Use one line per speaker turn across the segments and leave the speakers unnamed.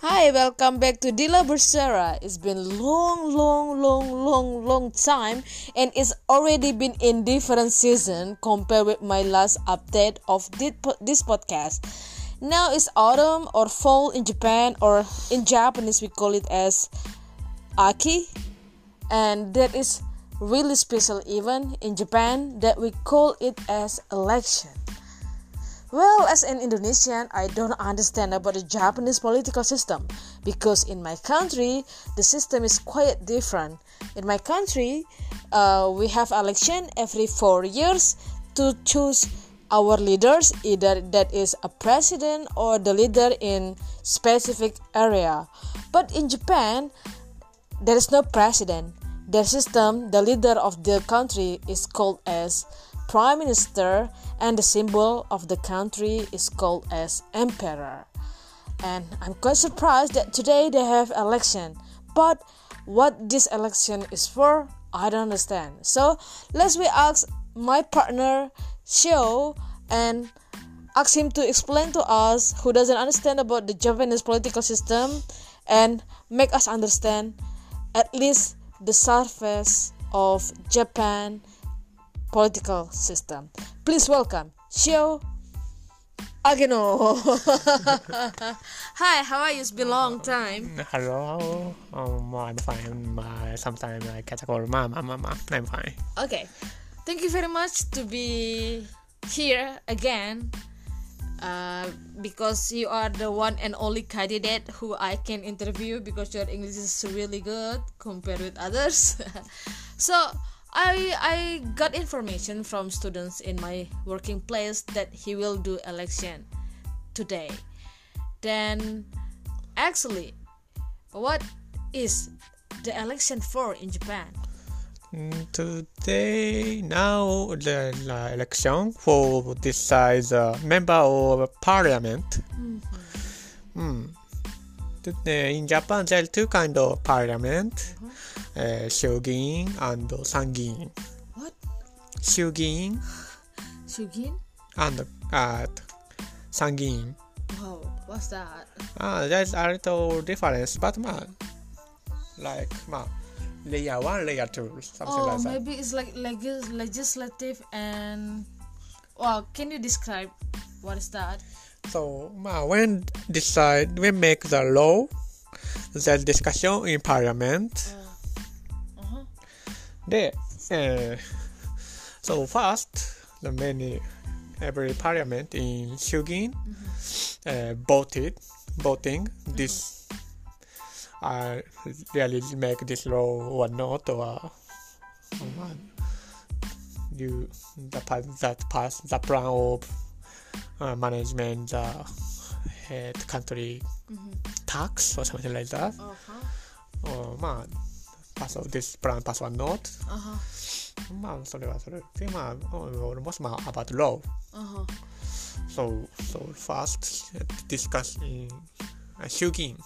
Hi, welcome back to Dila Bersera. It's been long, long, long, long, long time, and it's already been in different season compared with my last update of thi- this podcast. Now it's autumn or fall in Japan, or in Japanese we call it as Aki, and that is really special event in Japan that we call it as election. Well, as an Indonesian, I don't understand about the Japanese political system because in my country, the system is quite different. In my country, uh, we have election every four years to choose our leaders, either that is a president or the leader in specific area. But in Japan, there is no president. Their system, the leader of the country is called as prime minister, and the symbol of the country is called as emperor. And I'm quite surprised that today they have election. But what this election is for, I don't understand. So let's we ask my partner Shio and ask him to explain to us who doesn't understand about the Japanese political system and make us understand at least the surface of Japan political system. Please welcome Shio Ageno. Hi, how are you? It's been a long time.
Hello, um, I'm fine. Uh, sometimes I catch a cold. Mom, mom, mom, I'm fine.
Okay, thank you very much to be here again. Uh, because you are the one and only candidate who I can interview because your English is really good compared with others. so I I got information from students in my working place that he will do election today. Then actually what is the election for in Japan?
Mm, Today, now the uh, election for decide the member of parliament. Mm. Th- uh, In Japan, there are two kind of parliament: uh, Shogin and Sangin.
What?
Shogin
Shugin?
and uh, Sangin.
Wow, what's that?
Ah, there's a little difference, but ma, like ma, layer one, layer two, something
Oh,
like that.
maybe it's like legis- legislative and well, can you describe what is that?
So ma, when decide, when make the law, there's discussion in parliament.
Uh-huh.
There, uh, so first, the many, every parliament in Shugin uh, voted, voting this. Uh, really make this law or not or someone you the part that pass the plan of uh, management the head country
Mm-hmm.
tax or something like that
Uh-huh.
or まあパスを this plan pass or not
Uh-huh.
まあそれはそれでまあ俺もまあ about law
Uh-huh.
so so first discuss in uh, 衆議院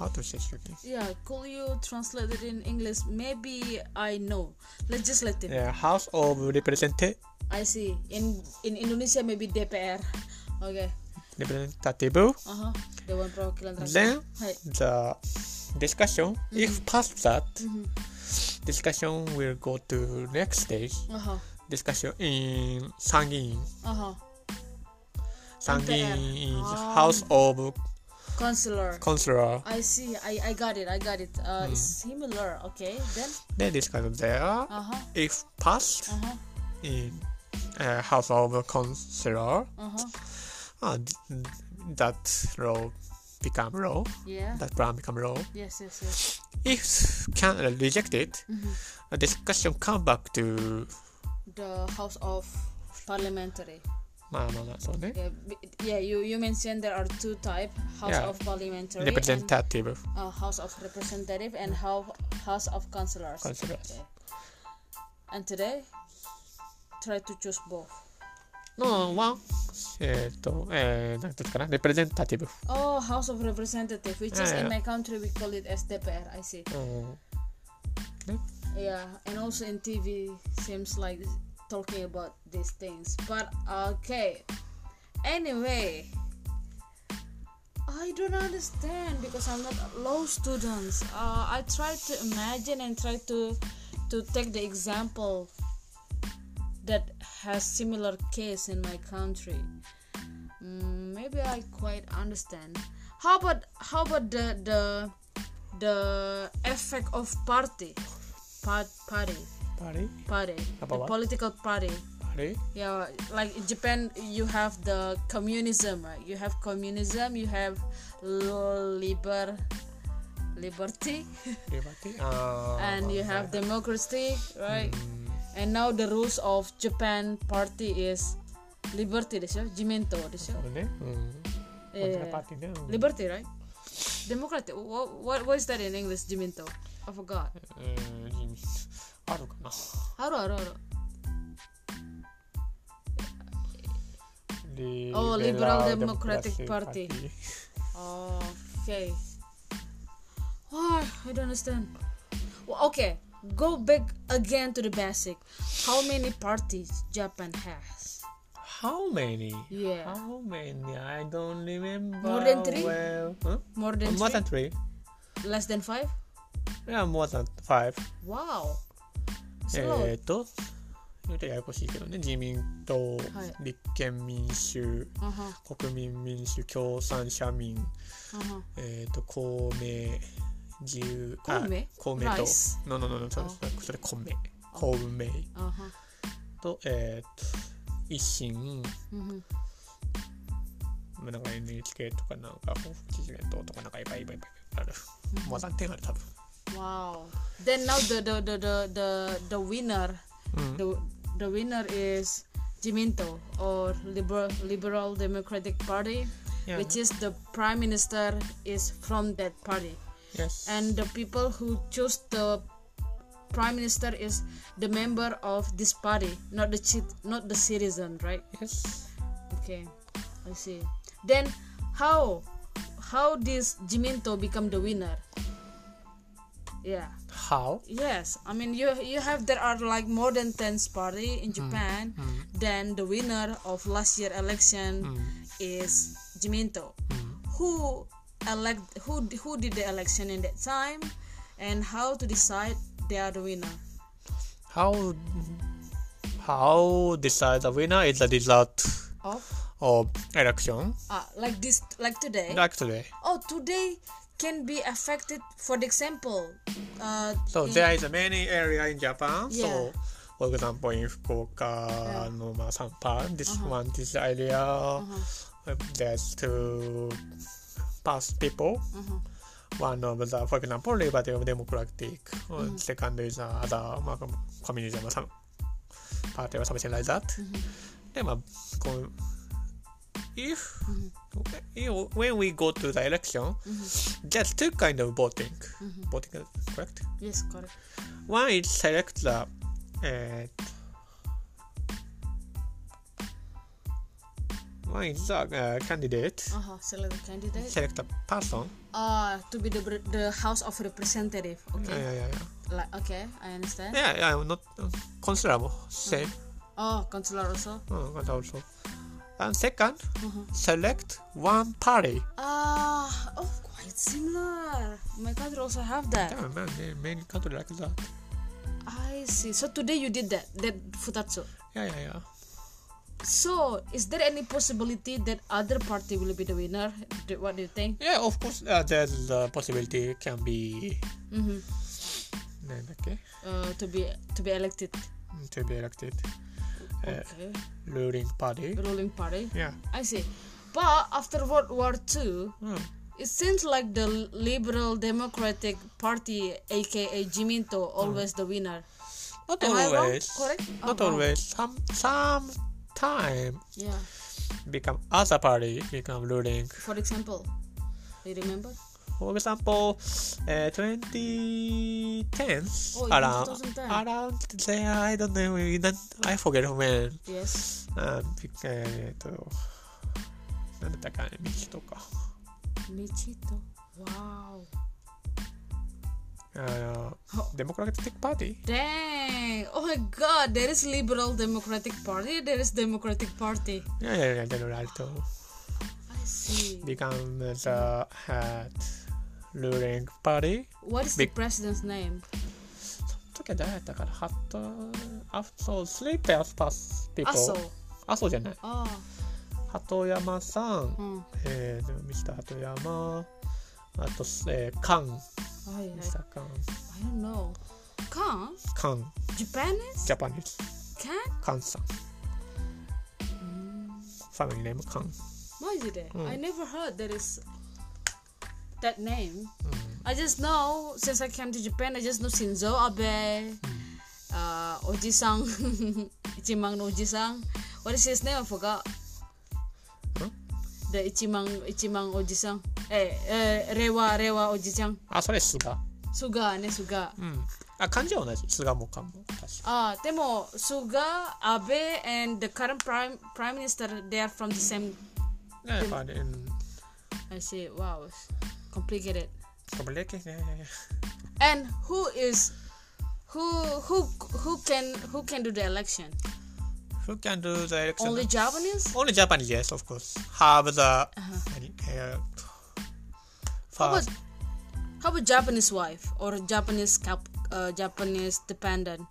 Uh-huh.
how to say 衆議院
Yeah, could you translate it in English? Maybe I know. Legislative.
Yeah, House of Representatives
I see. In in Indonesia maybe DPR. Okay.
representative
Uh-huh. Dewan Perwakilan Rakyat.
then
Hai.
the discussion if past that discussion will go to next stage
Uh-huh.
discussion in sangin
Uh-huh.
sangin
MPR.
is house of
Counselor.
councilor
I see. I I got it. I got it. Uh, it's
Mm-hmm.
similar. Okay. Then.
they discuss there
Uh-huh.
if passed
Uh-huh.
in uh, house of councilor
Uh-huh.
uh, th- that law become law
Yeah.
that plan become law
Yes, yes, yes.
if can uh, rejected a discussion come back to
The House of Parliamentary.
まあまあまあそうね。
Yeah, b- yeah. You you mentioned there are two type House
Yeah.
of Parliamentary and
Representative
uh, House of Representative and how, House of Councillors.
Councillors.
Okay. And today, try to choose both.
のは、えっ、と、えー、なんていうかな、Representative。
Oh, House of Representative, which is in
Yeah.
my country we call it as DPR. I see.
うん、
Yeah, and also in TV seems like talking about these things. But okay. Anyway, I don't understand because I'm not a law students. Uh, I try to imagine and try to to take the example that has similar case in my country. Mm, maybe I quite understand. How about how about the the the effect of party, part, party,
Party?
party, the
Apa what?
political party.
Party?
Yeah, like in Japan, you have the communism, right? You have communism, you have liber, liberty,
Liberty? Uh,
and you have democracy, right?
Hmm. mm,
And now the rules of Japan party is liberty, でしょ?自民党でしょ
そうね。うん。
Eh,
こちらパーティーね。うん
Liberty, right? Democratic. What, what, what is that in English? 自民党 I forgot.
えーあるかな。
あるあるある。Oh, Liberal Democratic Party. Oh, okay. Why? I don't understand. Well, okay, go back again to the basic. How many parties Japan has?
How many?
Yeah.
How many? I don't remember.
More than three?
Well. Huh?
More than
More
three?
than three.
Less than five?
Yeah, more than five.
Wow.
え
So,
ーっと、ちょっとややこしいけどね。自民党、
い
立憲民主、
uh-huh,
国民民主、共産社民、
uh-huh.
えーっと、公明、自由、あ
公明
公明党
Rice。
No, no, no, no, それそれ公明。公明
Uh-huh.
と、えーっと、維新、
Mm-hmm.
まあなんか NHK とかなんか、基準党とかなんかいっぱいいっぱいいっぱいある。もう3点ある、多分。
Wow. Then now the the the the the, the winner, the the winner is Jiminto or Liberal Liberal Democratic Party,
Yeah.
which is the prime minister is from that party,
Yes.
and the people who choose the prime minister is the member of this party, not the cit- not the citizen, right?
yes.
Okay, I see. Then how how this Jiminto become the winner? Yeah.
How?
Yes, I mean you you have there are like more than ten party
Hmm.
in Japan. Then the winner of last year election
Hmm.
is Jiminto. Who elect who who did the election in that time, and how to decide they are the winner.
How how decide the winner is the result
Of
of election
ah like this like today.
like today.
Oh, today can be affected. For the example, uh,
So there is many area in Japan.
Yeah.
So for example in Fukuoka no ma Sampan, this one this area uh, there's two past people. One of the, for example, Labor Democratic. uh, Second is another uh, communism or some party or something like that. でまあこう if、you- when we go to the election、there's two kind of voting、voting is correct
yes, correct.
one is select the えーっと one is the、uh, candidate
Uh huh. Select the candidate.
select the person
Ah, to be the the House of Representative. Okay.
いやいやいや
Like okay, I understand.
yeah yeah I'm not considerable same
Oh, consular also.
うん、that's also and second、select one party
Ah, oh, quite similar. Oh My country also have that.
yeah man many country like that
I see. So today you did that, that futatsu.
yeah yeah yeah
So is there any possibility that other party will be the winner? Do- What do you think?
Yeah, of course, uh, there's the possibility can be
Mm-hmm.
named, okay,
Uh, to be to be elected.
to be elected Yeah.
Okay,
ruling party.
ruling party.
Yeah.
I see. But after World War Two,
Hmm.
It seems like the Liberal Democratic Party, aka Jiminto, always the winner.
Not
Am I wrong?
always.
Correct?
Not
Oh, oh.
always. Some some time
Yeah.
become other party become ruling.
For example, do you remember?
For example, uh, 2010s
Oh, it was
around
2010.
around there. I don't know. we don't- I forget when.
Yes.
Uh, bec- えーとなんだったかね、道とか。
Michito. Wow.
あ
Oh.
のデモクラティックパーティー
Dang. Oh my god, there is Liberal Democratic Party, there is Democratic Party.
いやいやいや、でもあると。
I see.
become the uh, ruling party
What is the
Big-
president's name?
時は誰やったからハットあそうスリーペアスパスピーポー
Aso.
あそうじゃない
Oh.
鳩山さん、
Mm.
えー、ミスター鳩山あと、えー、カン
Oh, yeah.
ミスターカン
I don't know. Kan?
カン
Japanese?
ジャパニーズ
Kan?
カンさんファミリーネームカン
Majide.
Mm.
I never heard that is that name. I just know since I came to Japan, I just know Shinzo Abe, uh, Oji-san, Ichimang no Oji-san. What is his name? I forgot.
Huh?
The Ichimang Ichimang Oji-san. Eh, eh, Rewa Rewa Oji-san.
あそれ菅
Suga ね Suga.
うんあ漢字は同じ菅もカンも確か
あでも、Suga, Abe, and the current prime, prime minister, they are from the same.
ねやっぱり、うん、
I see, wow, it's complicated.
それだけね
And who is. Who, who, who, can, who can do the election?
Who can do the election?
Only Japanese?
Only Japanese, yes, of course. Have the any, uh,
Uh-huh. How about,
first
how about Japanese wife or Japanese cap, uh, Japanese dependent?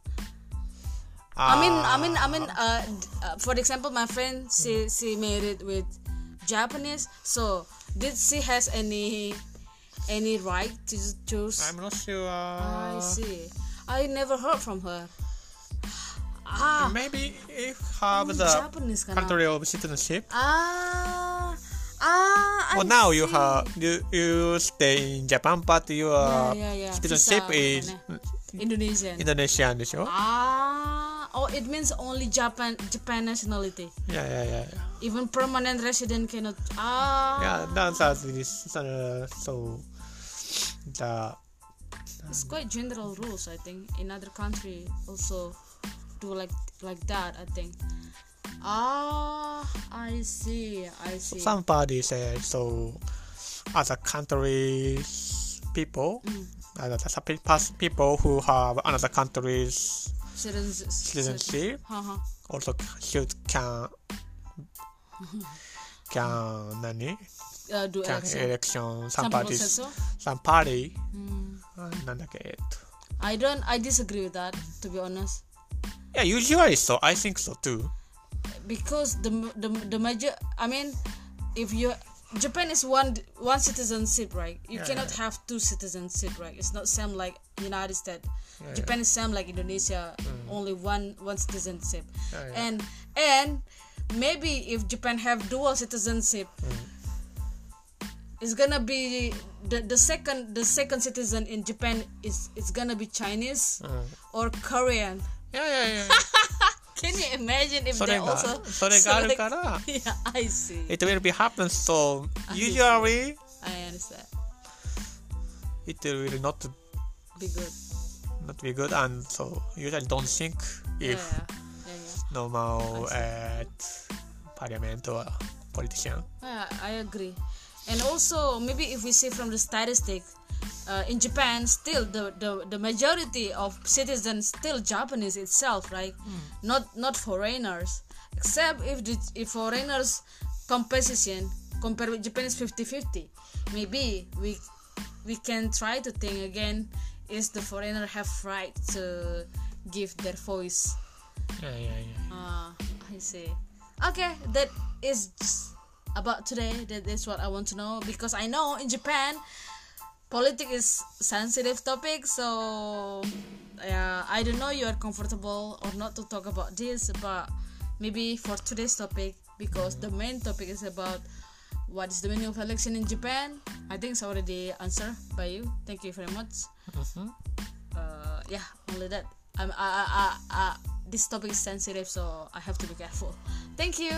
I mean, I
Ah,
mean, I mean. Uh, d- uh, for example, my friend
Hmm.
she she married with Japanese. So did she has any any right to s- choose?
I'm uh, not sure.
I see. I never heard from her. Ah,
Maybe if have
only
the
Japanese kana.
country of citizenship.
Ah, ah. I
Well, now you
see.
have uh, you, you stay in Japan, but your
Yeah, yeah, yeah.
citizenship
Visa, uh,
is
Indonesian.
Indonesian, でしょ
ah, oh, it means only Japan Japan nationality.
Yeah, yeah, yeah.
Even permanent resident cannot. Ah,
Yeah, dancers is uh, so the
it's quite general rules. I think in other country also do like like that. I think. Ah, I see. I see.
some parties say so other countries people
Mm.
other the pers- people who have another country's
Citizens-
citizenship
Haha.
also should can can nani
Uh, do
can
Mm-hmm. election.
election
Some oh. Hmm.
some
people
parties
say so.
some party Ah, あなんだっけえっと
I don't. I disagree with that. To be honest.
Yeah, usually so. I think so too.
because the the the major I mean, if you Japan is one one citizenship, right? You
Yeah,
cannot
yeah.
have two citizenship, right? It's not same like United States.
Yeah,
Japan is
Mm.
same like Indonesia, only one one citizenship,
Yeah, yeah.
and and maybe if Japan have dual citizenship.
Mm.
It's gonna be the, the second the second citizen in Japan is it's gonna be Chinese
Uh.
or Korean.
Yeah, yeah, yeah.
Can you imagine if
そ
they
れが
also
それがある
select-
から
yeah, I see.
it will be happen so
see.
usually
I understand.
it will not
Be good.
not be good and so usually don't think
Yeah,
if
yeah, yeah, yeah.
normal
I see.
at parliament or politician
Yeah, I agree. And also, maybe if we see from the statistic, uh, in Japan, still the, the, the majority of citizens still Japanese itself, right? Not not foreigners, except if the if foreigners composition compared with Japan is 50-50. Maybe we we can try to think again: is the foreigner have right to give their voice?
yeah, yeah, yeah.
Ah, I see. Okay, that is about today. That is what I want to know because I know in Japan, politics is sensitive topic. So, yeah, I don't know you are comfortable or not to talk about this, but maybe for today's topic because the main topic is about what is the meaning of election in Japan. I think it's already answered by you. Thank you very much uh, yeah, only that. I'm, I, I, I, I, this topic is sensitive, so I have to be careful. Thank you.